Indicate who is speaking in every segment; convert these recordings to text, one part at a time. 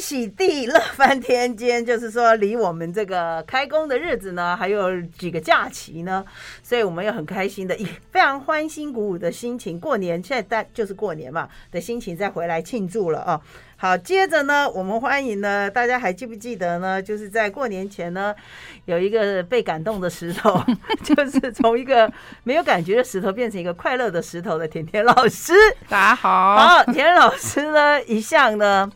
Speaker 1: 喜地乐翻天！今天就是说，离我们这个开工的日子呢，还有几个假期呢，所以我们也很开心的，以非常欢欣鼓舞的心情，过年现在大就是过年嘛的心情再回来庆祝了啊！好，接着呢，我们欢迎呢，大家还记不记得呢？就是在过年前呢，有一个被感动的石头， 就是从一个没有感觉的石头变成一个快乐的石头的甜甜老师。
Speaker 2: 大家好，
Speaker 1: 好， 田老师呢，一向呢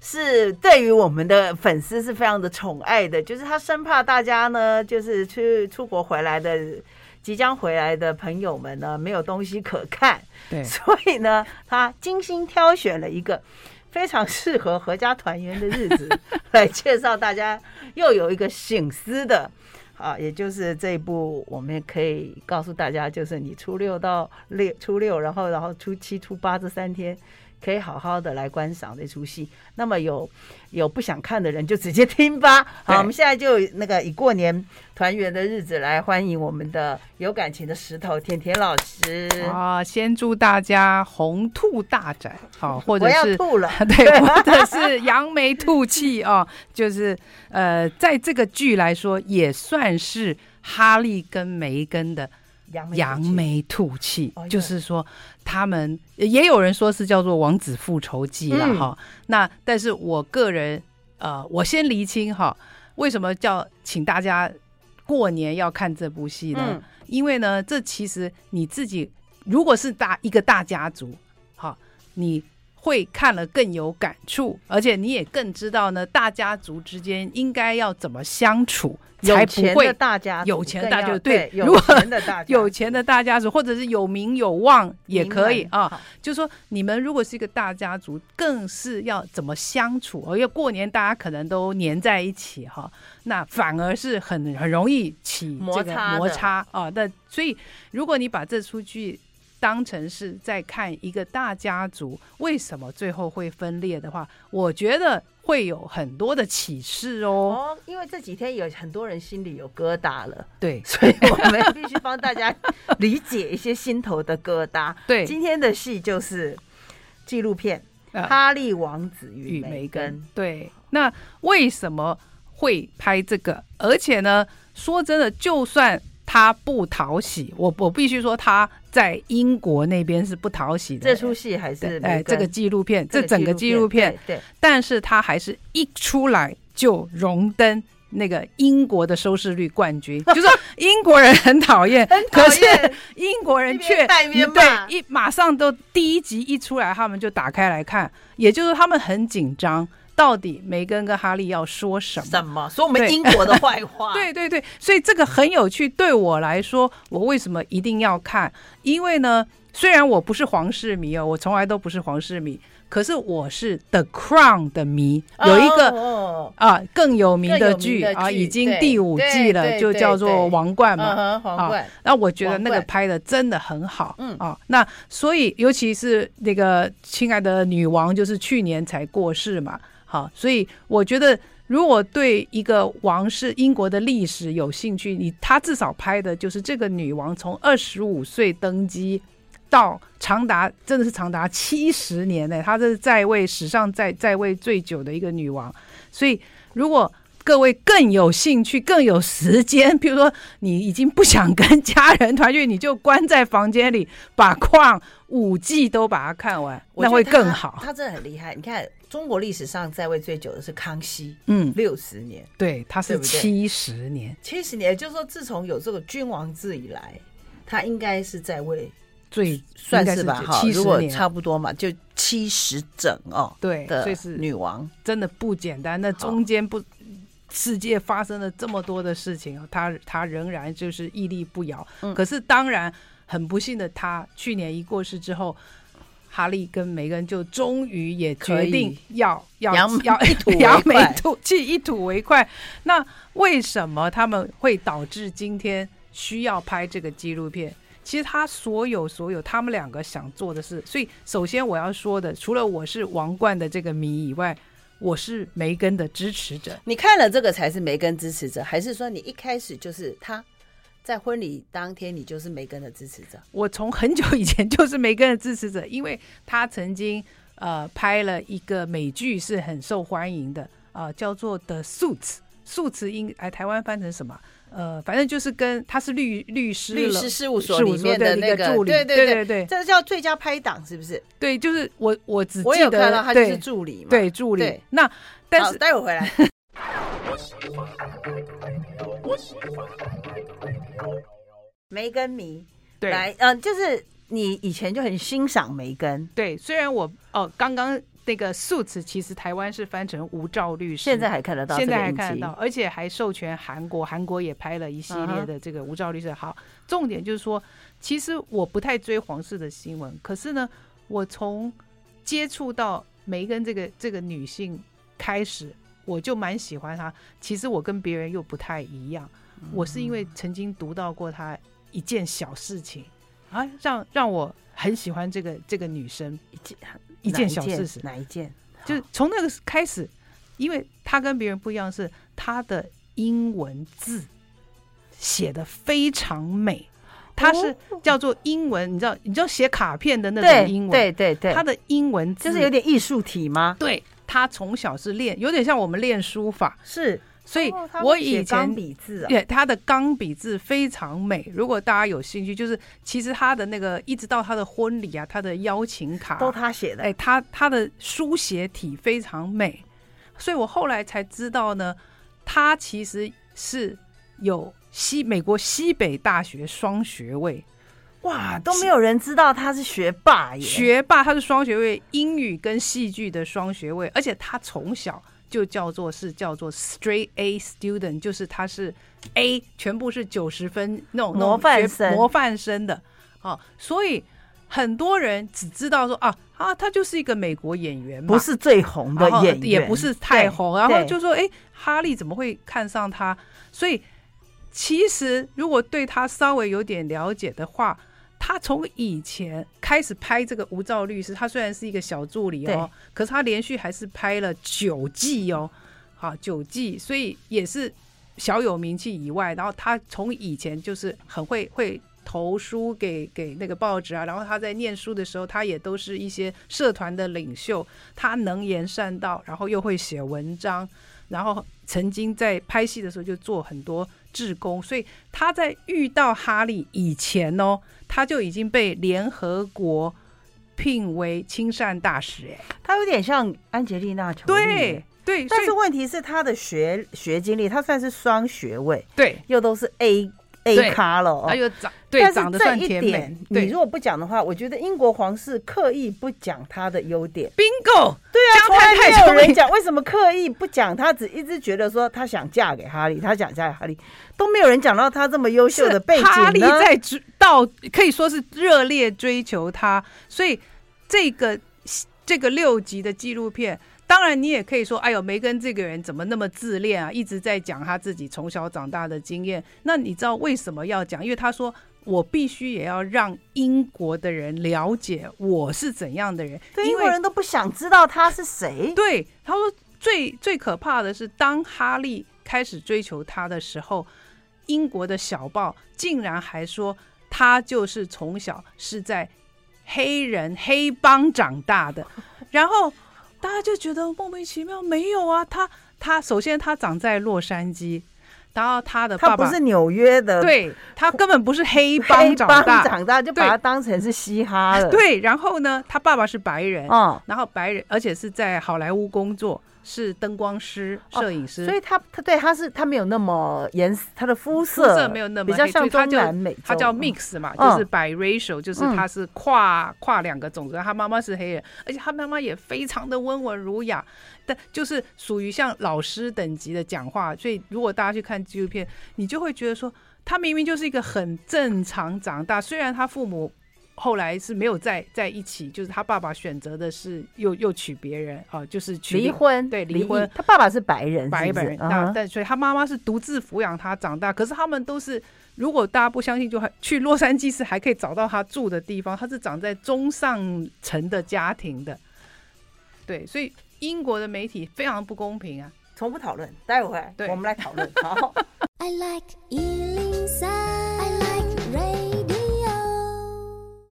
Speaker 1: 是对于我们的粉丝是非常的宠爱的，就是他生怕大家呢，就是去出国回来的。即将回来的朋友们呢，没有东西可看，
Speaker 2: 对
Speaker 1: 所以呢，他精心挑选了一个非常适合合家团圆的日子 来介绍大家，又有一个醒思的。啊，也就是这一部，我们也可以告诉大家，就是你初六到六初六，然后然后初七、初八这三天，可以好好的来观赏这出戏。那么有有不想看的人就直接听吧。好，
Speaker 2: 对
Speaker 1: 我们现在就那个以过年团圆的日子来欢迎我们的有感情的石头甜甜老师。
Speaker 2: 啊，先祝大家红兔大展，好、或者
Speaker 1: 我要
Speaker 2: 是
Speaker 1: 吐了，
Speaker 2: 对，或者是扬眉吐气啊、就是呃，在这个剧来说，也算是哈利跟梅根的
Speaker 1: 扬眉
Speaker 2: 扬
Speaker 1: 扬，
Speaker 2: 眉吐气
Speaker 1: 哎，呦
Speaker 2: 就是说他们呃也有人说是叫做《王子复仇记》了
Speaker 1: 嗯
Speaker 2: 哈。那但是我个人呃，我先厘清哈，为什么叫请大家过年要看这部戏呢？
Speaker 1: 嗯
Speaker 2: 因为呢，这其实你自己如果是大一个大家族，哈，你会看了更有感触，而且你也更知道呢，大家族之间应该要怎么相处，才
Speaker 1: 有
Speaker 2: 不
Speaker 1: 钱
Speaker 2: 会
Speaker 1: 的大家族，
Speaker 2: 有钱的大
Speaker 1: 更要
Speaker 2: 家族
Speaker 1: 对，
Speaker 2: 对如
Speaker 1: 有
Speaker 2: 果
Speaker 1: 钱的大家族，
Speaker 2: 有钱的大家族，或者是有名有望也可以
Speaker 1: 明白
Speaker 2: 啊。，就说你们如果是一个大家族，更是要怎么相处？哦，因为过年大家可能都黏在一起哈，那反而是很很容易起
Speaker 1: 摩
Speaker 2: 这个
Speaker 1: 擦的
Speaker 2: 摩擦啊。那所以，如果你把这出剧当成是在看一个大家族为什么最后会分裂的话，我觉得会有很多的启示哦。
Speaker 1: 哦，因为这几天有很多人心里有疙瘩了，
Speaker 2: 对
Speaker 1: 所以我们必须帮大家理解一些心头的疙瘩。
Speaker 2: 对，
Speaker 1: 今天的戏就是纪录片《
Speaker 2: 呃
Speaker 1: 哈利王子与
Speaker 2: 与
Speaker 1: 梅
Speaker 2: 梅
Speaker 1: 根》
Speaker 2: 根。对，那为什么会拍这个？而且呢，说真的，就算他不讨喜，我我必须说他在英国那边是不讨喜的。
Speaker 1: 这出戏还是
Speaker 2: 对
Speaker 1: 梅
Speaker 2: 哎，
Speaker 1: 根
Speaker 2: 这个纪录片，这整个纪录片，，
Speaker 1: 对对
Speaker 2: 但是他还是一出来就荣登。那个英国的收视率冠 军，就是说英国人很讨厌，
Speaker 1: 讨
Speaker 2: 可是
Speaker 1: 厌
Speaker 2: 英国人
Speaker 1: 一边
Speaker 2: 却
Speaker 1: 带一边骂
Speaker 2: 对一马上都第一集一出来，他们就打开来看，也就是他们很紧张，到底梅根跟哈利要说什么？
Speaker 1: 什么说我们
Speaker 2: 对
Speaker 1: 英国的坏话？
Speaker 2: 对对对，所以这个很有趣。对我来说，我为什么一定要看？因为呢，虽然我不是皇室迷哦，我从来都不是皇室迷，可是我是 The Crown 的迷，
Speaker 1: 哦，
Speaker 2: 有一个
Speaker 1: 哦
Speaker 2: 啊更有名
Speaker 1: 更
Speaker 2: 的
Speaker 1: 有名
Speaker 2: 剧
Speaker 1: 的
Speaker 2: 啊，
Speaker 1: 剧
Speaker 2: 已经
Speaker 1: 对
Speaker 2: 第五
Speaker 1: 对
Speaker 2: 季
Speaker 1: 对
Speaker 2: 了，就
Speaker 1: 对
Speaker 2: 叫做
Speaker 1: 对
Speaker 2: 《王冠》嘛
Speaker 1: 嗯。哼，皇
Speaker 2: 啊
Speaker 1: 冠，
Speaker 2: 那我觉得那
Speaker 1: 皇冠
Speaker 2: 个拍的真的很好，
Speaker 1: 嗯
Speaker 2: 啊，那所以尤其是那个亲爱的女王，就是去年才过世嘛，好，所以我觉得如果对一个王室英国的历史有兴趣，你他至少拍的就是这个女王从二十五岁登基。到长达真的是长达七十年呢、她这是在位史上在在位最久的一个女王，所以如果各位更有兴趣、更有时间， 比如说你已经不想跟家人团聚，你就关在房间里，把矿五季都把它看完，
Speaker 1: 我
Speaker 2: 那
Speaker 1: 觉
Speaker 2: 会
Speaker 1: 得
Speaker 2: 更
Speaker 1: 他
Speaker 2: 好。
Speaker 1: 他真的很厉害，你看中国历史上在位最久的是康熙，
Speaker 2: 嗯，
Speaker 1: 六十年。
Speaker 2: 对，它
Speaker 1: 对
Speaker 2: 是
Speaker 1: 不对
Speaker 2: 七十年
Speaker 1: 七十年，也就是说，自从有这个君王制以来，他应该是在位，
Speaker 2: 最
Speaker 1: 算
Speaker 2: 应该
Speaker 1: 是吧？哈，
Speaker 2: 七十
Speaker 1: 如果
Speaker 2: 年，
Speaker 1: 差不多嘛，就七十整哦
Speaker 2: 对，
Speaker 1: 的
Speaker 2: 所以是
Speaker 1: 女王。
Speaker 2: 真的不简单。那
Speaker 1: 好
Speaker 2: 中间不，世界发生了这么多的事情，他他仍然就是屹立不摇。
Speaker 1: 嗯
Speaker 2: 可是当然，很不幸的他，去年一过世之后，哈利跟梅根就终于也
Speaker 1: 可
Speaker 2: 决
Speaker 1: 以
Speaker 2: 定要要
Speaker 1: 扬
Speaker 2: 要
Speaker 1: 一 吐为
Speaker 2: 扬眉
Speaker 1: 快
Speaker 2: 吐气，一吐为快。那为什么他们会导致今天需要拍这个纪录片？其实他所有所有他们两个想做的事，所以首先我要说的，除了我是王冠的这个迷以外，我是梅根的支持者。
Speaker 1: 你看了这个才是梅根支持者，还是说你一开始就是他在婚礼当天你就是梅根的支持者？
Speaker 2: 我从很久以前就是梅根的支持者，因为他曾经呃拍了一个美剧是很受欢迎的啊、呃叫做《The Suits》，数词英哎台湾翻成什么？呃，反正就是跟他是律律师了
Speaker 1: 律师事务所
Speaker 2: 事务
Speaker 1: 里
Speaker 2: 所
Speaker 1: 面的
Speaker 2: 的一
Speaker 1: 那
Speaker 2: 个助理
Speaker 1: 对
Speaker 2: 对
Speaker 1: 对
Speaker 2: 对对
Speaker 1: 这叫最佳拍档是不是？
Speaker 2: 对，就是我我只
Speaker 1: 我
Speaker 2: 记
Speaker 1: 有看到
Speaker 2: 得
Speaker 1: 他就是
Speaker 2: 对
Speaker 1: 助理嘛。，
Speaker 2: 对助理
Speaker 1: 对。
Speaker 2: 那但
Speaker 1: 好，
Speaker 2: 是
Speaker 1: 待会回来。梅根迷，
Speaker 2: 对
Speaker 1: 来，嗯、就是你以前就很欣赏梅根，
Speaker 2: 对，虽然我哦刚刚那个数词其实台湾是翻成无照律师，
Speaker 1: 现在还看得到这
Speaker 2: 现
Speaker 1: 个
Speaker 2: 在还
Speaker 1: 影
Speaker 2: 看得
Speaker 1: 集
Speaker 2: 到，，而且还授权韩国，韩国也拍了一系
Speaker 1: 嗯
Speaker 2: 列
Speaker 1: 哼
Speaker 2: 的这个无照律师。好，重点就是说，其实我不太追皇室的新闻，可是呢，我从接触到梅根这个这个女性开始，我就蛮喜欢她。其实我跟别人又不太一样，
Speaker 1: 嗯
Speaker 2: 我是因为曾经读到过她一件小事情啊，让让我很喜欢这个这个女生
Speaker 1: 一件
Speaker 2: 一
Speaker 1: 哪
Speaker 2: 件小事情。
Speaker 1: 哪一件？
Speaker 2: 就是从那个开始，因为他跟别人不一样，是他的英文字写的非常美，他是
Speaker 1: 哦
Speaker 2: 叫做英文，你知道，你知道写卡片的那
Speaker 1: 对
Speaker 2: 种英文，
Speaker 1: 对对对，
Speaker 2: 他的英文字
Speaker 1: 就是有点艺术体吗？
Speaker 2: 对。他从小是练，有点像我们练书法，
Speaker 1: 是，
Speaker 2: 所以
Speaker 1: 哦他
Speaker 2: 我
Speaker 1: 会写
Speaker 2: 以
Speaker 1: 钢
Speaker 2: 前
Speaker 1: 笔字啊，
Speaker 2: 对，他的钢笔字非常美。如果大家有兴趣，就是其实他的那个一直到他的婚礼啊，他的邀请卡啊
Speaker 1: 都他写的，
Speaker 2: 哎，他他的书写体非常美，所以我后来才知道呢，他其实是有西美国西北大学双学位，
Speaker 1: 哇，都没有人知道他是学霸耶，
Speaker 2: 哎学霸，他是双学位，英语跟戏剧的双学位，而且他从小就叫做是叫做 straight A student，就是他是 A 全部是九十分那种那种
Speaker 1: 模范
Speaker 2: 学
Speaker 1: 生
Speaker 2: 模范生的哦，所以很多人只知道说啊啊，他就是一个美国演员嘛，
Speaker 1: 不是最红的
Speaker 2: 然后
Speaker 1: 演员，
Speaker 2: 哦也不是太红，
Speaker 1: 对
Speaker 2: 然后
Speaker 1: 对
Speaker 2: 就说，哎，哈利怎么会看上他？所以其实如果对他稍微有点了解的话，他从以前开始拍这个《无照律师》，他虽然是一个小助理哦，可是他连续还是拍了九季哦，好九季，所以也是小有名气以外，然后他从以前就是很会会投书给给那个报纸啊，然后他在念书的时候，他也都是一些社团的领袖，他能言善道，然后又会写文章，然后曾经在拍戏的时候就做很多志工，所以他在遇到哈利以前哦，他就已经被联合国聘为亲善大使，哎，
Speaker 1: 他有点像安吉丽娜·裘丽
Speaker 2: 对
Speaker 1: 耶。
Speaker 2: 对，所
Speaker 1: 但
Speaker 2: 以
Speaker 1: 是问题是，他的学学经历，他算是双学位，
Speaker 2: 对，
Speaker 1: 又都是 A A
Speaker 2: 对
Speaker 1: 咖了哦
Speaker 2: 他。又哎长对
Speaker 1: 但
Speaker 2: 长
Speaker 1: 是
Speaker 2: 得
Speaker 1: 这
Speaker 2: 算
Speaker 1: 一
Speaker 2: 甜美
Speaker 1: 点，，你
Speaker 2: 对
Speaker 1: 如果不讲的话，我觉得英国皇室刻意不讲他的优点。
Speaker 2: ，bingo，
Speaker 1: 对啊，
Speaker 2: 江
Speaker 1: 从来没
Speaker 2: 太太
Speaker 1: 有
Speaker 2: 聪明
Speaker 1: 人讲为什么刻意不讲，他只一直觉得说他想嫁给哈利，他想嫁给哈利，都没有人讲到他这么优秀的背景呢。
Speaker 2: 哈利在追到可以说是热烈追求他，所以这个这个六集的纪录片。当然，你也可以说，哎呦，梅根这个人怎么那么自恋啊？一直在讲他自己从小长大的经验。那你知道为什么要讲？因为他说，我必须也要让英国的人了解我是怎样的人。
Speaker 1: 对
Speaker 2: 因
Speaker 1: 英
Speaker 2: 为
Speaker 1: 国人都不想知道他是谁。
Speaker 2: 对，他说最最可怕的是，当哈利开始追求她的时候，英国的小报竟然还说他就是从小是在黑人黑帮长大 的，然后大家就觉得莫名其妙，没有啊，他他首先他长在洛杉矶，然后他的
Speaker 1: 他
Speaker 2: 爸
Speaker 1: 不
Speaker 2: 爸
Speaker 1: 是纽约的
Speaker 2: 对他根本不是黑
Speaker 1: 黑
Speaker 2: 帮长
Speaker 1: 帮
Speaker 2: 大，
Speaker 1: 长大，就把
Speaker 2: 对
Speaker 1: 他当成是嘻哈了。，
Speaker 2: 对，然后呢，他爸爸是白人，
Speaker 1: 哦，
Speaker 2: 然后白人，而且是在好莱坞工作，是灯光师、
Speaker 1: 哦
Speaker 2: 摄影师，
Speaker 1: 所以他他对他是他没有那么颜色，他的肤
Speaker 2: 肤
Speaker 1: 色
Speaker 2: 没有那么
Speaker 1: 比较
Speaker 2: 黑所
Speaker 1: 像
Speaker 2: 以他
Speaker 1: 中
Speaker 2: 就
Speaker 1: 南美洲，
Speaker 2: 他叫 mix 嘛，
Speaker 1: 嗯
Speaker 2: 就是 biracial，就是他是跨跨两个种族。他妈妈是黑人，而且他妈妈也非常的温文儒雅，但就是属于像老师等级的讲话。所以如果大家去看纪录片，你就会觉得说，他明明就是一个很正常长大，虽然他父母。后来是没有在在一起，就是他爸爸选择的是又又娶别人啊、就是娶
Speaker 1: 离
Speaker 2: 另
Speaker 1: 婚，
Speaker 2: 对
Speaker 1: 离
Speaker 2: 离婚
Speaker 1: 异他爸爸是白人，
Speaker 2: 白
Speaker 1: 是不是
Speaker 2: 本人，
Speaker 1: 嗯
Speaker 2: 那
Speaker 1: 哼
Speaker 2: 但所以他妈妈是独自抚养他长大。可是他们都是，如果大家不相信，就还去洛杉矶是还可以找到他住的地方。他是长在中上层的家庭的，对，所以英国的媒体非常不公平啊。
Speaker 1: 从不讨论，待会儿
Speaker 2: 对
Speaker 1: 我们来讨论。好，
Speaker 3: I like Ealing Sound. I like radio.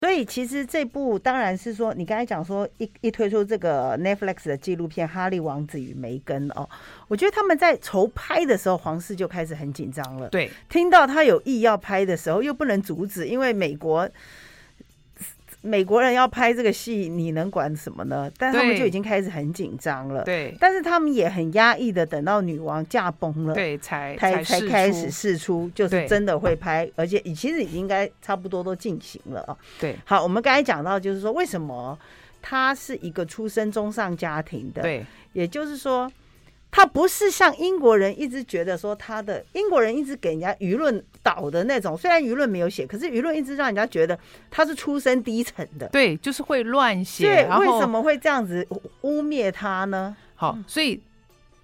Speaker 1: 所以以其实这部当然是说，你刚才讲说一一推出这个 Netflix 的纪录片《哈利王子与梅根》哦，我觉得他们在筹拍的时候，皇室就开始很紧张了。
Speaker 2: 对，
Speaker 1: 听到他有意要拍的时候，又不能阻止，因为美国美国人要拍这个戏，你能管什么呢？但他们
Speaker 2: 对
Speaker 1: 就已经开始很紧张了。
Speaker 2: 对，
Speaker 1: 但是他们也很压抑的，等到女王驾崩了，
Speaker 2: 对，呃才
Speaker 1: 才才
Speaker 2: 试
Speaker 1: 开
Speaker 2: 出
Speaker 1: 始试出，就是
Speaker 2: 对
Speaker 1: 真的会拍，而且其实已经应该差不多都进行了啊。
Speaker 2: 对
Speaker 1: 好，我们刚才讲到，就是说为什么他是一个出身中上家庭的，
Speaker 2: 对
Speaker 1: 也就是说，他不是像英国人一直觉得说他的英国人一直给人家舆论导的那种，虽然舆论没有写，可是舆论一直让人家觉得他是出身低层的。
Speaker 2: 对，就是会乱写，
Speaker 1: 对，
Speaker 2: 然
Speaker 1: 为
Speaker 2: 后
Speaker 1: 什么会这样子污污蔑他呢？
Speaker 2: 好，所以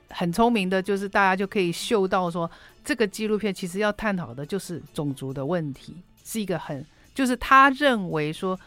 Speaker 2: 很聪明的，就是大家就可以嗅到说，这个纪录片其实要探讨的就是种族的问题，是一个很，就是他认为说，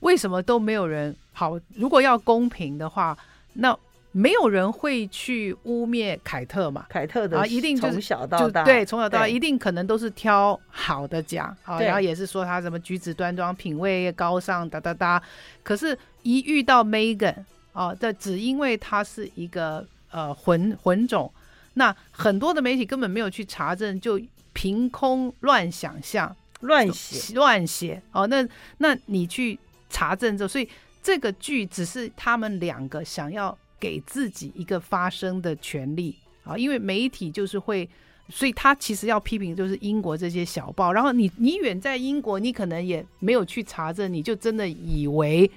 Speaker 2: 为什么都没有人好？如果要公平的话，那没有人会去污蔑凯特嘛？
Speaker 1: 凯特的
Speaker 2: 啊一定就是
Speaker 1: 从小到
Speaker 2: 就
Speaker 1: 大，
Speaker 2: 对，从小到大
Speaker 1: 对
Speaker 2: 一定可能都是挑好的讲，好，
Speaker 1: 对
Speaker 2: 然后也是说他什么举止端庄、品味高尚，哒哒哒。可是，一遇到 Megan 哦，这只因为他是一个呃混混种，那很多的媒体根本没有去查证，就凭空乱想象、
Speaker 1: 乱写，
Speaker 2: 乱写哦。那那你去查证之后，所以这个剧只是他们两个想要给自己一个发声的权利啊、因为媒体就是会。所以他其实要批评就是英国这些小报，然后你你远在英国，你可能也没有去查证，你就真的以为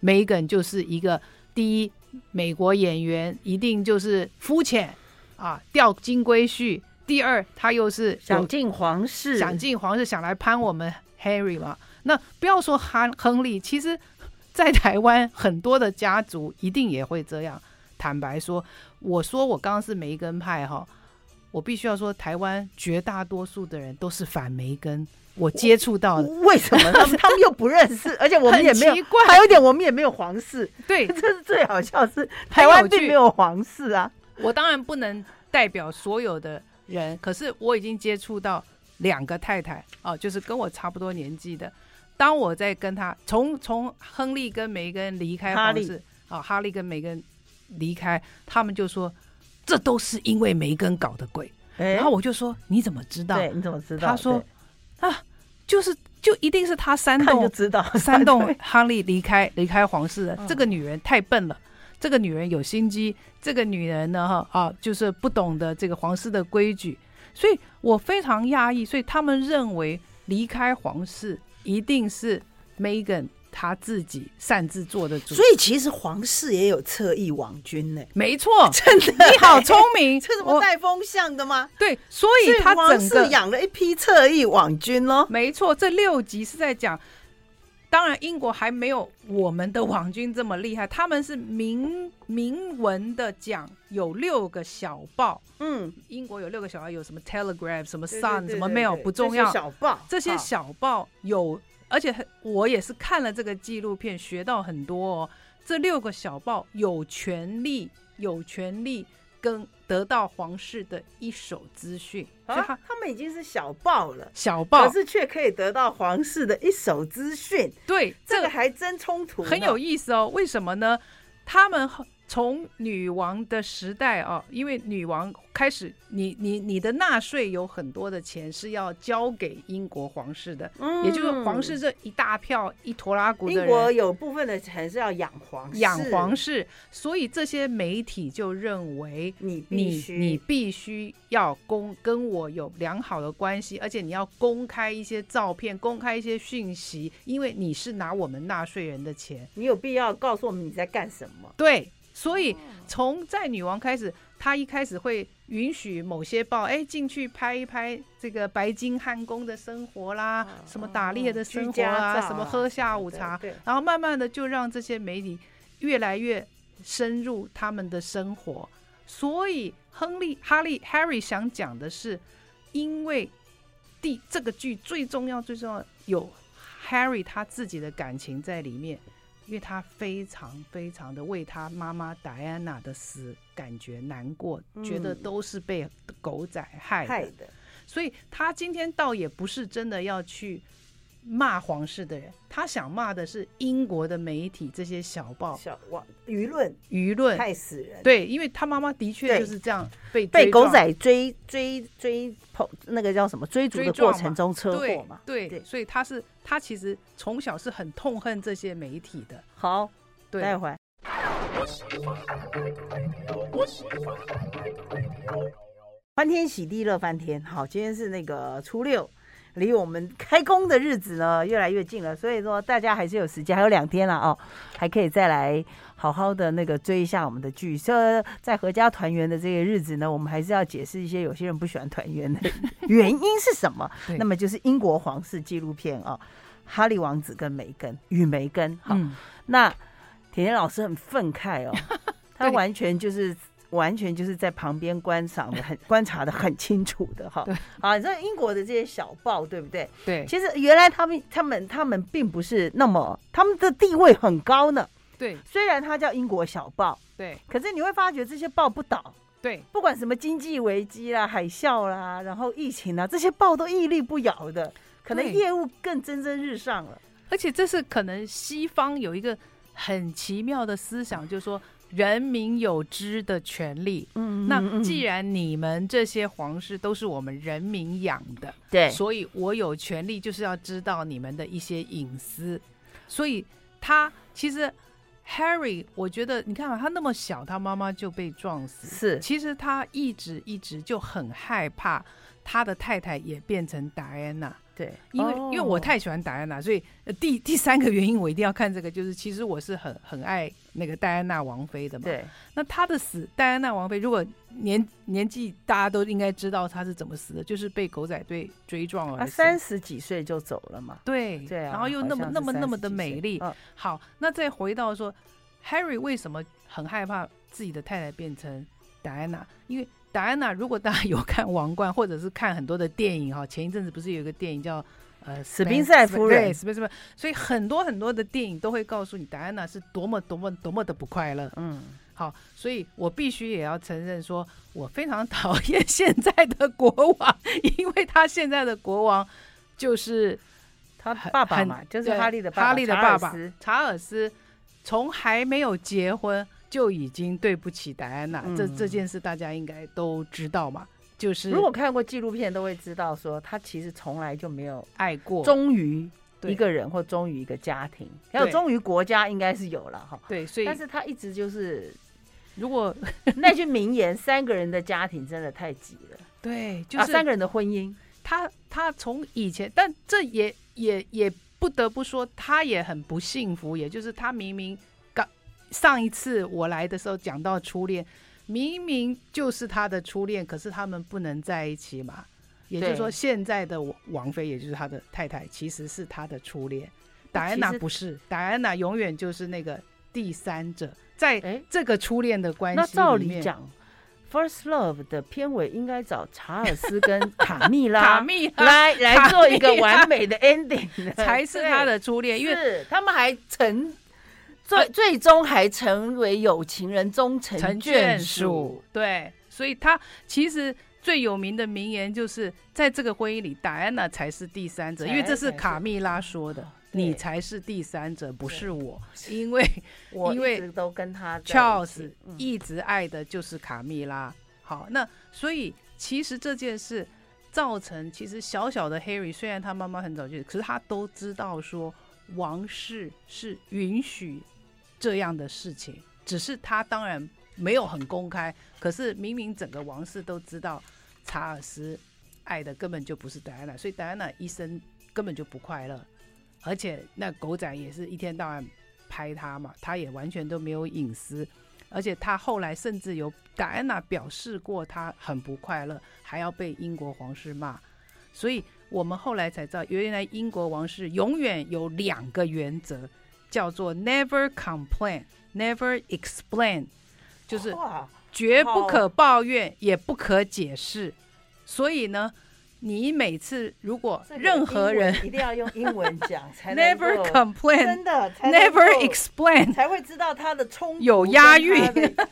Speaker 2: 梅根就是一个第一美国演员，一定就是肤浅啊，钓金龟婿；第二，他又是有
Speaker 1: 想进皇室，
Speaker 2: 想进皇室，想来攀我们 Harry 嘛。那不要说亨亨利，其实，在台湾很多的家族一定也会这样。坦白说，我说我刚刚是梅根派哈，我必须要说，台湾绝大多数的人都是反梅根，我接触到的。
Speaker 1: 为什么他们他们又不认 识，而且我们也没有
Speaker 2: 很奇怪，
Speaker 1: 还有一点我们也没有皇 室，
Speaker 2: 对
Speaker 1: 这是最好笑的是台湾并没有皇室啊，
Speaker 2: 我当然不能代表所有的人，可是我已经接触到两个太太哦、就是跟我差不多年纪的。当我在跟他从从亨利跟梅根离开
Speaker 1: 哈
Speaker 2: 皇
Speaker 1: 利
Speaker 2: 室啊、哈利跟梅根离开，他们就说这都是因为梅根搞的鬼。
Speaker 1: 然
Speaker 2: 然后我就说你怎么知道？
Speaker 1: 哎对你怎么知道？
Speaker 2: 他说啊，就是就一定是他煽
Speaker 1: 对看就
Speaker 2: 动
Speaker 1: 知道，
Speaker 2: 煽动
Speaker 1: 对
Speaker 2: 哈利离开离开皇室的
Speaker 1: 嗯
Speaker 2: 这个女人太笨了，这个女人有心机，这个女人呢哈啊就是不懂得这个皇室的规矩，所以我非常讶异，所以他们认为离开皇室一定是 Megan 她自己擅自做的主
Speaker 3: 所，以其实皇室也有侧翼网军呢、，
Speaker 2: 没错
Speaker 1: 哦
Speaker 3: 真的、
Speaker 1: 哎
Speaker 2: 你好聪明，
Speaker 3: 这什么
Speaker 2: 我
Speaker 3: 带风向的吗？
Speaker 2: 对，
Speaker 3: 所
Speaker 2: 所以
Speaker 3: 以
Speaker 2: 他
Speaker 3: 皇
Speaker 2: 整个
Speaker 3: 室养了一批侧翼网军
Speaker 1: 嗯
Speaker 3: 咯。
Speaker 2: 没错，这六集是在讲，当然英国还没有我们的网军这么厉害，他们是明明文的讲有六个小报，
Speaker 1: 嗯，
Speaker 2: 英国有六个小报，有什么 Telegram、什么
Speaker 1: 对
Speaker 2: Sun、
Speaker 1: 对对
Speaker 2: 什么
Speaker 1: 对
Speaker 2: Mail
Speaker 1: 对
Speaker 2: 不重
Speaker 1: 这
Speaker 2: 要
Speaker 1: 些，小报
Speaker 2: 这些
Speaker 1: 好
Speaker 2: 小报有，而且很我也是看了这个纪录片学到很多哦。这六个小报有权利，有权利跟得到皇室的一手资讯，所以
Speaker 1: 啊
Speaker 2: 他，
Speaker 1: 他们已经是小报了。
Speaker 2: 小报
Speaker 1: 可是却可以得到皇室的一手资讯，
Speaker 2: 对
Speaker 1: 这个还真冲突呢，
Speaker 2: 很有意思哦。为什么呢？他们后从女王的时代哦，因为女王开始，你你你的纳税有很多的钱是要交给英国皇室的，
Speaker 1: 嗯，
Speaker 2: 也就是说皇室这一大票一坨拉古的
Speaker 1: 英国
Speaker 2: 人
Speaker 1: 有部分的城市要养皇室，
Speaker 2: 养皇室，所以这些媒体就认为
Speaker 1: 你必
Speaker 2: 你
Speaker 1: 须
Speaker 2: 你必须要公跟我有良好的关系，而且你要公开一些照片，公开一些讯息，因为你是拿我们纳税人的钱。
Speaker 1: 你有必要告诉我们你在干什么。
Speaker 2: 对，所以从在女王开始，她一开始会允许某些报哎进去拍一拍这个白金汉宫的生活啦，什么打猎的
Speaker 1: 哦
Speaker 2: 生
Speaker 1: 居
Speaker 2: 活
Speaker 1: 家
Speaker 2: 啊，
Speaker 1: 照
Speaker 2: 什
Speaker 1: 啊
Speaker 2: 么喝下
Speaker 1: 什么
Speaker 2: 午
Speaker 1: 的
Speaker 2: 茶
Speaker 1: 对，
Speaker 2: 然后慢慢的就让这些媒体越来越深入他们的生活。所以亨利、哈利、Harry 想讲的是，因为第这个剧最重要、最重要有 Harry 他自己的感情在里面，因为他非常非常的为他妈妈戴安娜的死感觉难过，觉得
Speaker 1: 嗯
Speaker 2: 都是被狗仔害的
Speaker 1: 害的，
Speaker 2: 所以他今天倒也不是真的要去骂皇室的人，他想骂的是英国的媒体这些小报
Speaker 1: 小网舆论
Speaker 2: 舆论。
Speaker 1: 害死人，
Speaker 2: 对，因为他妈妈的确
Speaker 1: 对
Speaker 2: 就是这样被
Speaker 1: 被
Speaker 2: 追
Speaker 1: 狗
Speaker 2: 撞
Speaker 1: 仔追追追跑，那个叫什么追逐
Speaker 2: 追
Speaker 1: 的
Speaker 2: 撞
Speaker 1: 过
Speaker 2: 嘛
Speaker 1: 程中车祸嘛。
Speaker 2: 对，
Speaker 1: 对
Speaker 2: 对所以他是他其实从小是很痛恨这些媒体的。
Speaker 1: 好，
Speaker 2: 对，
Speaker 1: 待会儿欢天喜地乐翻天。好，今天是那个初六，离我们开工的日子呢越来越近了，所以说大家还是有时间，还有两天了哦，还可以再来好好的那个追一下我们的剧。这在合家团圆的这个日子呢，我们还是要解释一些有些人不喜欢团圆的 原因是什么
Speaker 2: 对。
Speaker 1: 那么就是英国皇室纪录片哦，哈利王子跟梅根与梅根。好，
Speaker 2: 嗯，
Speaker 1: 那甜甜老师很愤慨 哦，他
Speaker 2: 对
Speaker 1: 完全就是完全就是在旁边观赏的很观察的很清楚的哈
Speaker 2: 对。
Speaker 1: 啊，你知道英国的这些小报对不对？
Speaker 2: 对
Speaker 1: 其实原来他们他们他们并不是那么他们的地位很高呢。
Speaker 2: 对
Speaker 1: 虽然它叫英国小报，
Speaker 2: 对
Speaker 1: 可是你会发觉这些报不倒。
Speaker 2: 对
Speaker 1: 不管什么经济危机啦、海啸啦，然后疫情啊啦，这些报都屹立不摇的，可能
Speaker 2: 对
Speaker 1: 业务更蒸蒸日上了。
Speaker 2: 而且这是可能西方有一个很奇妙的思想，就是说人民有知的权利。
Speaker 1: 嗯
Speaker 2: 那既然你们这些皇室都是我们人民养的，
Speaker 1: 对
Speaker 2: 所以我有权利就是要知道你们的一些隐私。所以他其实 Harry，我觉得你看啊，他那么小，他妈妈就被撞死，
Speaker 1: 是
Speaker 2: 其实他一直一直就很害怕他的太太也变成 Diana。
Speaker 1: 对，
Speaker 2: 因为、因为我
Speaker 1: 哦
Speaker 2: 太喜欢戴安娜，所以呃第第三个原因我一定要看这个，就是其实我是很很爱那个戴安娜王妃的嘛。
Speaker 1: 对
Speaker 2: 那她的死，戴安娜王妃如果年年纪大家都应该知道她是怎么死的，就是被狗仔队追撞而
Speaker 1: 他
Speaker 2: 死。
Speaker 1: 啊三十几岁就走了嘛。
Speaker 2: 对
Speaker 1: 对啊，
Speaker 2: 然后又
Speaker 1: 好
Speaker 2: 那么
Speaker 1: 像是
Speaker 2: 那么那么
Speaker 1: 30
Speaker 2: 的
Speaker 1: 几岁
Speaker 2: 美丽。
Speaker 1: 嗯
Speaker 2: 好，那再回到说，Harry 为什么很害怕自己的太太变成戴安娜？因为戴安娜，如果大家有看《王冠》或者是看很多的电影哈，前一阵子不是有一个电影叫呃
Speaker 1: 史宾塞夫人
Speaker 2: 对，史宾塞夫人，所以很多很多的电影都会告诉你，戴安娜是多么多么多么的不快乐。
Speaker 1: 嗯，
Speaker 2: 好，所以我必须也要承认说，我非常讨厌现在的国王，因为他现在的国王就是
Speaker 1: 他
Speaker 2: 很
Speaker 1: 爸爸
Speaker 2: 很
Speaker 1: 嘛，就是
Speaker 2: 对
Speaker 1: 哈利的爸爸，
Speaker 2: 哈利的
Speaker 1: 查
Speaker 2: 爸
Speaker 1: 尔
Speaker 2: 爸
Speaker 1: 斯
Speaker 2: 查尔斯，从还没有结婚就已经对不起戴安娜，这这
Speaker 1: 嗯
Speaker 2: 件事大家应该都知道嘛，就是
Speaker 1: 如果看过纪录片，都会知道说他其实从来就没有
Speaker 2: 爱过
Speaker 1: 忠于
Speaker 2: 对
Speaker 1: 一个人或忠于一个家庭，要有
Speaker 2: 对
Speaker 1: 忠于国家应该是有了哈。
Speaker 2: 对，所以
Speaker 1: 但是他一直就是
Speaker 2: 如果
Speaker 1: 那句名言：“三个人的家庭真的太挤了，
Speaker 2: 对，就
Speaker 1: 啊，
Speaker 2: 是
Speaker 1: 三个人的婚姻。
Speaker 2: 他他从以前，但这也也也不得不说，他也很不幸福。也就是他明明刚上一次我来的时候讲到初恋，明明就是他的初恋，可是他们不能在一起嘛。也就是说，
Speaker 1: 对
Speaker 2: 现在的王王妃，也就是他的太太，其实是他的初恋。戴安娜
Speaker 1: 哦其实
Speaker 2: 不是，戴安娜永远就是那个第三者，在
Speaker 1: 哎
Speaker 2: 这个初恋的关系
Speaker 1: 那照
Speaker 2: 里
Speaker 1: 理
Speaker 2: 面
Speaker 1: 讲，《First Love》的片尾应该找查尔斯跟 卡蜜拉
Speaker 2: 卡蜜 拉
Speaker 1: 来来
Speaker 2: 卡
Speaker 1: 做一个
Speaker 2: 蜜拉
Speaker 1: 完美 的 ending，呢
Speaker 2: 才是他。的初
Speaker 1: 对
Speaker 2: 恋，因为
Speaker 1: 是他们还成最、最终还成为有情人终成
Speaker 2: 成
Speaker 1: 眷
Speaker 2: 眷属。。对，所以他其实最有名的名言就是，在这个婚姻里，戴安娜才是第三者，因为这是卡蜜拉说的。
Speaker 1: 对
Speaker 2: 你才是第三者，不是我，因为
Speaker 1: 我
Speaker 2: 因
Speaker 1: 一
Speaker 2: 为
Speaker 1: 直都跟他在一
Speaker 2: Charles
Speaker 1: 起嗯
Speaker 2: 一直爱的就是卡蜜拉。好，那所以其实这件事造成，其实小小的 Harry 虽然他妈妈很早就，可是他都知道说王室是允许这样的事情，只是他当然没有很公开，可是明明整个王室都知道查尔斯爱的根本就不是戴安娜，所以戴安娜一生根本就不快乐，而且那狗仔也是一天到晚拍他嘛，他也完全都没有隐私，而且他后来甚至有戴安娜表示过他很不快乐，还要被英国皇室骂，所以我们后来才知道，原来英国王室永远有两个原则，叫做 never complain，never explain，就是
Speaker 1: 哇
Speaker 2: 绝不可抱怨，也不可解释。所以呢，你每次如果
Speaker 1: 这个
Speaker 2: 任何人
Speaker 1: 英文一定要用英文讲才能够
Speaker 2: never complain,
Speaker 1: 真的才能
Speaker 2: never
Speaker 1: 够
Speaker 2: explain，
Speaker 1: 才会知道他的冲突
Speaker 2: 有押韵
Speaker 1: 跟他的，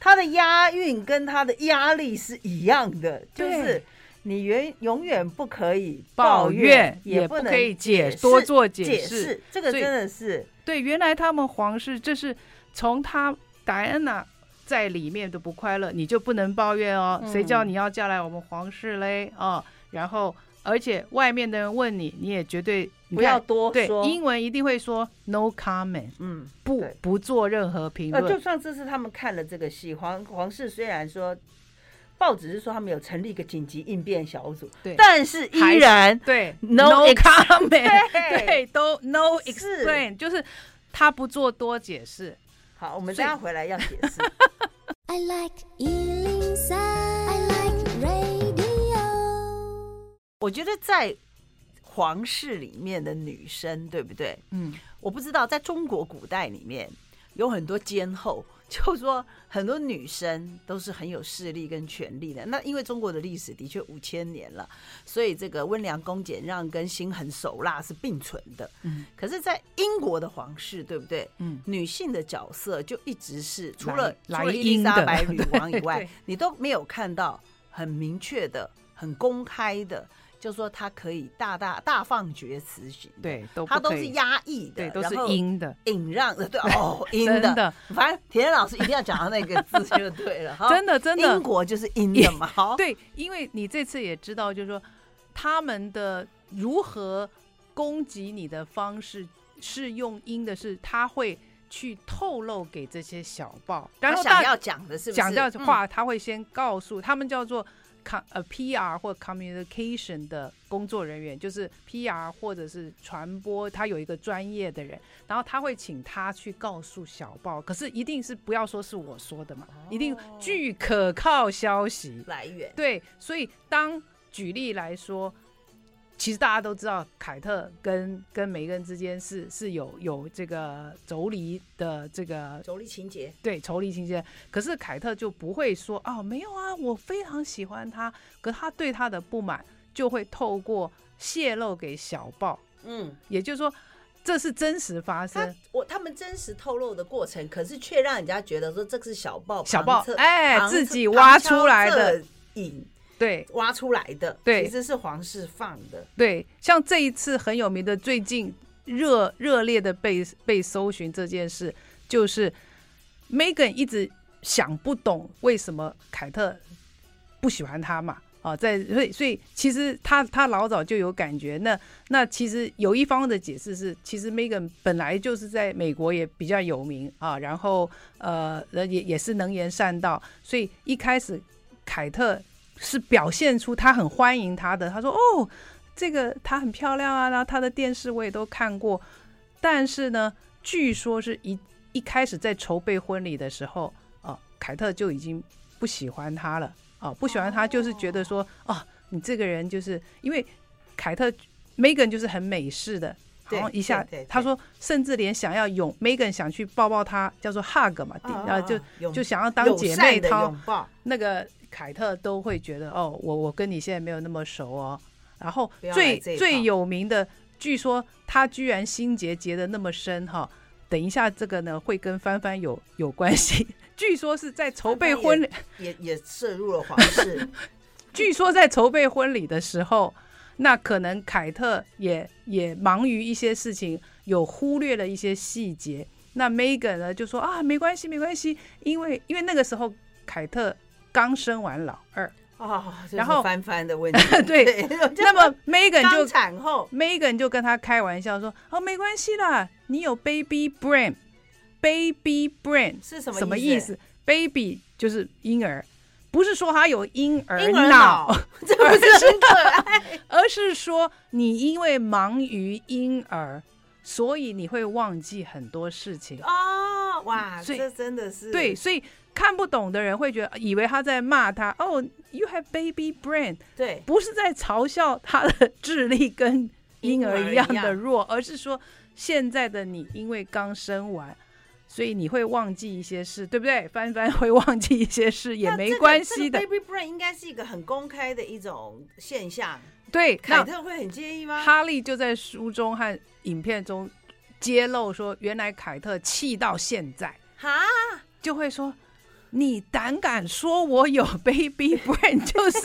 Speaker 1: 他的押韵跟他的压力是一样的，就
Speaker 2: 对
Speaker 1: 是你原永远不可以
Speaker 2: 抱
Speaker 1: 怨
Speaker 2: 怨，
Speaker 1: 也
Speaker 2: 也
Speaker 1: 不
Speaker 2: 不
Speaker 1: 能
Speaker 2: 可以解
Speaker 1: 释
Speaker 2: 多做解
Speaker 1: 解
Speaker 2: 释
Speaker 1: 释，这个
Speaker 2: 所
Speaker 1: 真
Speaker 2: 以
Speaker 1: 的是
Speaker 2: 对，原来他们皇室这是从他戴安娜在里面的不快乐，你就不能抱怨哦。谁叫
Speaker 1: 嗯
Speaker 2: 你要嫁来我们皇室嘞？哦，然后而且外面的人问你，你也绝对你
Speaker 1: 不要
Speaker 2: 看
Speaker 1: 多
Speaker 2: 对
Speaker 1: 说。
Speaker 2: 英文一定会说 no comment，
Speaker 1: 嗯，
Speaker 2: 不
Speaker 1: 对
Speaker 2: 不做任何评
Speaker 1: 呃，就
Speaker 2: 论。
Speaker 1: 算这次他们看了这个戏，皇皇室虽然说报纸是说他们有成立一个紧急应变小组，
Speaker 2: 对
Speaker 1: 但是依
Speaker 2: 还是
Speaker 1: 然
Speaker 2: 对
Speaker 1: no
Speaker 2: comment，
Speaker 1: 对
Speaker 2: 对，都 no
Speaker 1: 是
Speaker 2: explain，就是他不做多解释。
Speaker 1: 好，我们
Speaker 2: 所
Speaker 1: 等
Speaker 2: 以
Speaker 1: 一下回来要解释。
Speaker 4: I like Ealing Sound. I like radio.
Speaker 1: 我觉得在皇室里面的女生，对不对？
Speaker 2: 嗯，
Speaker 1: 我不知道，在中国古代里面有很多奸后， 就是说很多女生都是很有势力跟权力的。那因为中国的历史的确五千年了，所以这个温良恭俭让跟心狠手辣是并存的。
Speaker 2: 嗯，
Speaker 1: 可是，在英国的皇室，对不对？
Speaker 2: 嗯，
Speaker 1: 女性的角色就一直是除了
Speaker 2: 莱
Speaker 1: 除了
Speaker 2: 莱
Speaker 1: 伊丽莎
Speaker 2: 茵的
Speaker 1: 白女王以
Speaker 2: 对
Speaker 1: 外
Speaker 2: 对，
Speaker 1: 你都没有看到很明确的、很公开的，就说她可以大大大放厥词型的。
Speaker 2: 对，都
Speaker 1: 他
Speaker 2: 不
Speaker 1: 都
Speaker 2: 可
Speaker 1: 是
Speaker 2: 以
Speaker 1: 压抑的，
Speaker 2: 对，都
Speaker 1: 然
Speaker 2: 是
Speaker 1: 后
Speaker 2: 阴的，
Speaker 1: 引让的，对哦，阴
Speaker 2: 真
Speaker 1: 的。
Speaker 2: 的，
Speaker 1: 反正田老师一定要讲到那个字就对了哈。
Speaker 2: 真的，真的
Speaker 1: 哦英。国就是阴的嘛，好，
Speaker 2: 对，因为你这次也知道，就是说他们的如何攻击你的方式是用阴的是，他会去透露给这些小报，然
Speaker 1: 他
Speaker 2: 后
Speaker 1: 想
Speaker 2: 大
Speaker 1: 要讲的是不是
Speaker 2: 讲这样的
Speaker 1: 嗯
Speaker 2: 话，他会先告诉他们叫做。com 呃 PR 或 communication 的工作人员，就是 PR 或者是传播，他有一个专业的人，然后他会请他去告诉小报，可是一定是不要说是我说的嘛，
Speaker 1: 哦
Speaker 2: 一定据可靠消息。
Speaker 1: 来源，
Speaker 2: 对，所以当举例来说，其实大家都知道，凯特跟跟梅根之间是是有有这个妯娌的这个
Speaker 1: 妯娌情节，
Speaker 2: 对妯娌情节，可是凯特就不会说哦，没有啊，我非常喜欢他，可他对他的不满就会透过泄露给小报，
Speaker 1: 嗯，
Speaker 2: 也就是说。这是真实发
Speaker 1: 他
Speaker 2: 生，
Speaker 1: 我他们真实透露的过程，可是却让人家觉得说这是小报
Speaker 2: 小报
Speaker 1: 旁侧
Speaker 2: 哎
Speaker 1: 旁侧
Speaker 2: 自己挖出来
Speaker 1: 旁
Speaker 2: 的
Speaker 1: 敲侧引
Speaker 2: 对
Speaker 1: 挖出来的，
Speaker 2: 对
Speaker 1: 其实是皇室放的，
Speaker 2: 对，像这一次很有名的，最近热热烈的被被搜寻这件事，就是 Megan 一直想不懂为什么凯特不喜欢他嘛。啊，在所以所以其实他他老早就有感觉，那那其实有一方的解释是，其实 Megan 本来就是在美国也比较有名啊，然后呃呃也也是能言善道，所以一开始凯特是表现出他很欢迎他的，他说哦这个她很漂亮啊，然后她的电视我也都看过，但是呢，据说是一一开始在筹备婚礼的时候，哦、凯特就已经不喜欢她了，哦、不喜欢她就是觉得说，哦、你这个人就是因为凯特 Megan 就是很美式的。
Speaker 1: 对
Speaker 2: 然后一下
Speaker 1: 对对对，
Speaker 2: 他说，甚至连想要拥 Megan 想去抱抱她，叫做 hug 嘛，
Speaker 1: 啊
Speaker 2: 然后就
Speaker 1: 啊啊
Speaker 2: 就
Speaker 1: 有
Speaker 2: 想要当姐妹
Speaker 1: 友善的
Speaker 2: 掏，
Speaker 1: 拥抱，
Speaker 2: 那个凯特都会觉得哦，我我跟你现在没有那么熟哦。然后
Speaker 1: 不要来
Speaker 2: 最
Speaker 1: 这一套
Speaker 2: 最有名的，据说他居然心结结的那么深哈。等一下，这个呢会跟帆帆有有关系。 据说是在筹备婚礼，
Speaker 1: 也也涉入了皇室，
Speaker 2: 据说在筹备婚礼的时候，那可能凯特也也忙于一些事情，有忽略了一些细节。那 Megan 呢就说啊，没关系，没关系，因为因为那个时候凯特刚生完老二，
Speaker 1: 哦，这是
Speaker 2: 然后，
Speaker 1: 翻翻的问题
Speaker 2: 对那么 Megan
Speaker 1: 刚
Speaker 2: 就
Speaker 1: 产后
Speaker 2: Megan 就跟他开玩笑说：“哦，没关系啦，你有 baby brain，baby brain
Speaker 1: 是什么
Speaker 2: 什么
Speaker 1: 意
Speaker 2: 意思？baby 就是婴儿，不是说他有婴儿
Speaker 1: 婴儿
Speaker 2: 脑，
Speaker 1: 脑， 这不是很可爱？
Speaker 2: 而是说你因为忙于婴儿，所以你会忘记很多事情。
Speaker 1: 哦，哇，
Speaker 2: 所以
Speaker 1: 这真的是
Speaker 2: 对，所以看不懂的人会觉得，以为他在骂他哦，you have baby brain，
Speaker 1: 对，
Speaker 2: 不是在嘲笑他的智力跟婴儿一样
Speaker 1: 婴儿一
Speaker 2: 的
Speaker 1: 样
Speaker 2: 弱，而是说现在的你因为刚生完，所以你会忘记一些事，对不对？翻翻会忘记一些事也
Speaker 1: 那
Speaker 2: 没
Speaker 1: 这个
Speaker 2: 关
Speaker 1: 这
Speaker 2: 系
Speaker 1: 个
Speaker 2: 的，
Speaker 1: Baby Brain 应该是一个很公开的一种现象，
Speaker 2: 对。
Speaker 1: 凯
Speaker 2: 那
Speaker 1: 特会很介意吗？
Speaker 2: 哈利就在书中和影片中揭露说，原来凯特气到现在
Speaker 1: 哈，
Speaker 2: 就会说。你胆敢说我有 baby brain，就是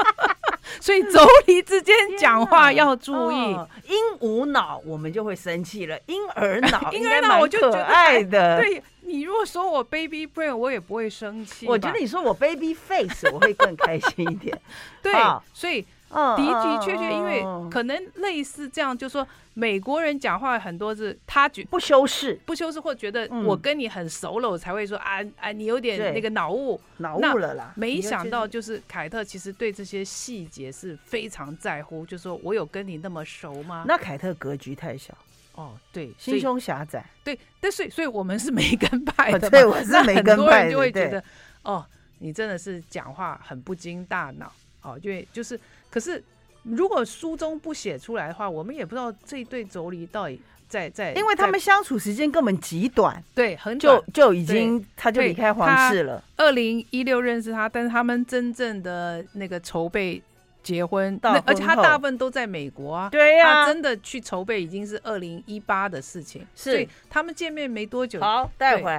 Speaker 2: 所以妯娌之间讲话要注意。
Speaker 1: 哦婴无脑我们就会生气了， 婴儿脑
Speaker 2: 婴
Speaker 1: 应
Speaker 2: 儿
Speaker 1: 该
Speaker 2: 脑
Speaker 1: 蛮
Speaker 2: 我就觉
Speaker 1: 可
Speaker 2: 得
Speaker 1: 爱
Speaker 2: 还
Speaker 1: 的。
Speaker 2: 对 你如果说我 baby brain，我也不会生气吧。
Speaker 1: 我觉得你说我 baby face，我会更开心一 点。
Speaker 2: 对
Speaker 1: 啊，
Speaker 2: 所以
Speaker 1: 嗯，
Speaker 2: 的的确确，因为
Speaker 1: 嗯嗯嗯
Speaker 2: 可能类似这样，就说美国人讲话很多是他觉
Speaker 1: 不修饰，
Speaker 2: 不修饰，或觉得
Speaker 1: 嗯
Speaker 2: 我跟你很熟了，我才会说啊啊，你有点
Speaker 1: 对
Speaker 2: 那个脑雾。
Speaker 1: 脑
Speaker 2: 那
Speaker 1: 雾了啦。
Speaker 2: 没
Speaker 1: 你就
Speaker 2: 想
Speaker 1: 觉
Speaker 2: 到，
Speaker 1: 得
Speaker 2: 就是凯特其实对这些细节是非常在乎，就说我有跟你那么熟吗？
Speaker 1: 那凯特格局太小，
Speaker 2: 哦，对，啊所
Speaker 1: 心
Speaker 2: 以
Speaker 1: 胸狭窄。哦
Speaker 2: 对，但所以所以我们是梅根派的嘛，
Speaker 1: 对我是
Speaker 2: 那
Speaker 1: 梅
Speaker 2: 很
Speaker 1: 根
Speaker 2: 多
Speaker 1: 派
Speaker 2: 人就
Speaker 1: 的
Speaker 2: 会觉
Speaker 1: 对
Speaker 2: 得，哦，你真的是讲话很不经大脑，哦，因为就是，可是如果书中不写出来的话，我们也不知道这一对妯娌到底在在，
Speaker 1: 因为他
Speaker 2: 在
Speaker 1: 们相处时间根本极短，
Speaker 2: 对很
Speaker 1: 就
Speaker 2: 久，
Speaker 1: 就已经他就
Speaker 2: 对
Speaker 1: 离开皇室了，
Speaker 2: 二零一六认识他，但是他们真正的那个筹备结婚，
Speaker 1: 到
Speaker 2: 那而且
Speaker 1: 婚
Speaker 2: 他
Speaker 1: 后
Speaker 2: 大部分都在美国啊，
Speaker 1: 对呀
Speaker 2: 他真的去筹备已经是二零一八的事情，
Speaker 1: 是
Speaker 2: 所以他们见面没多久，
Speaker 1: 好带回来。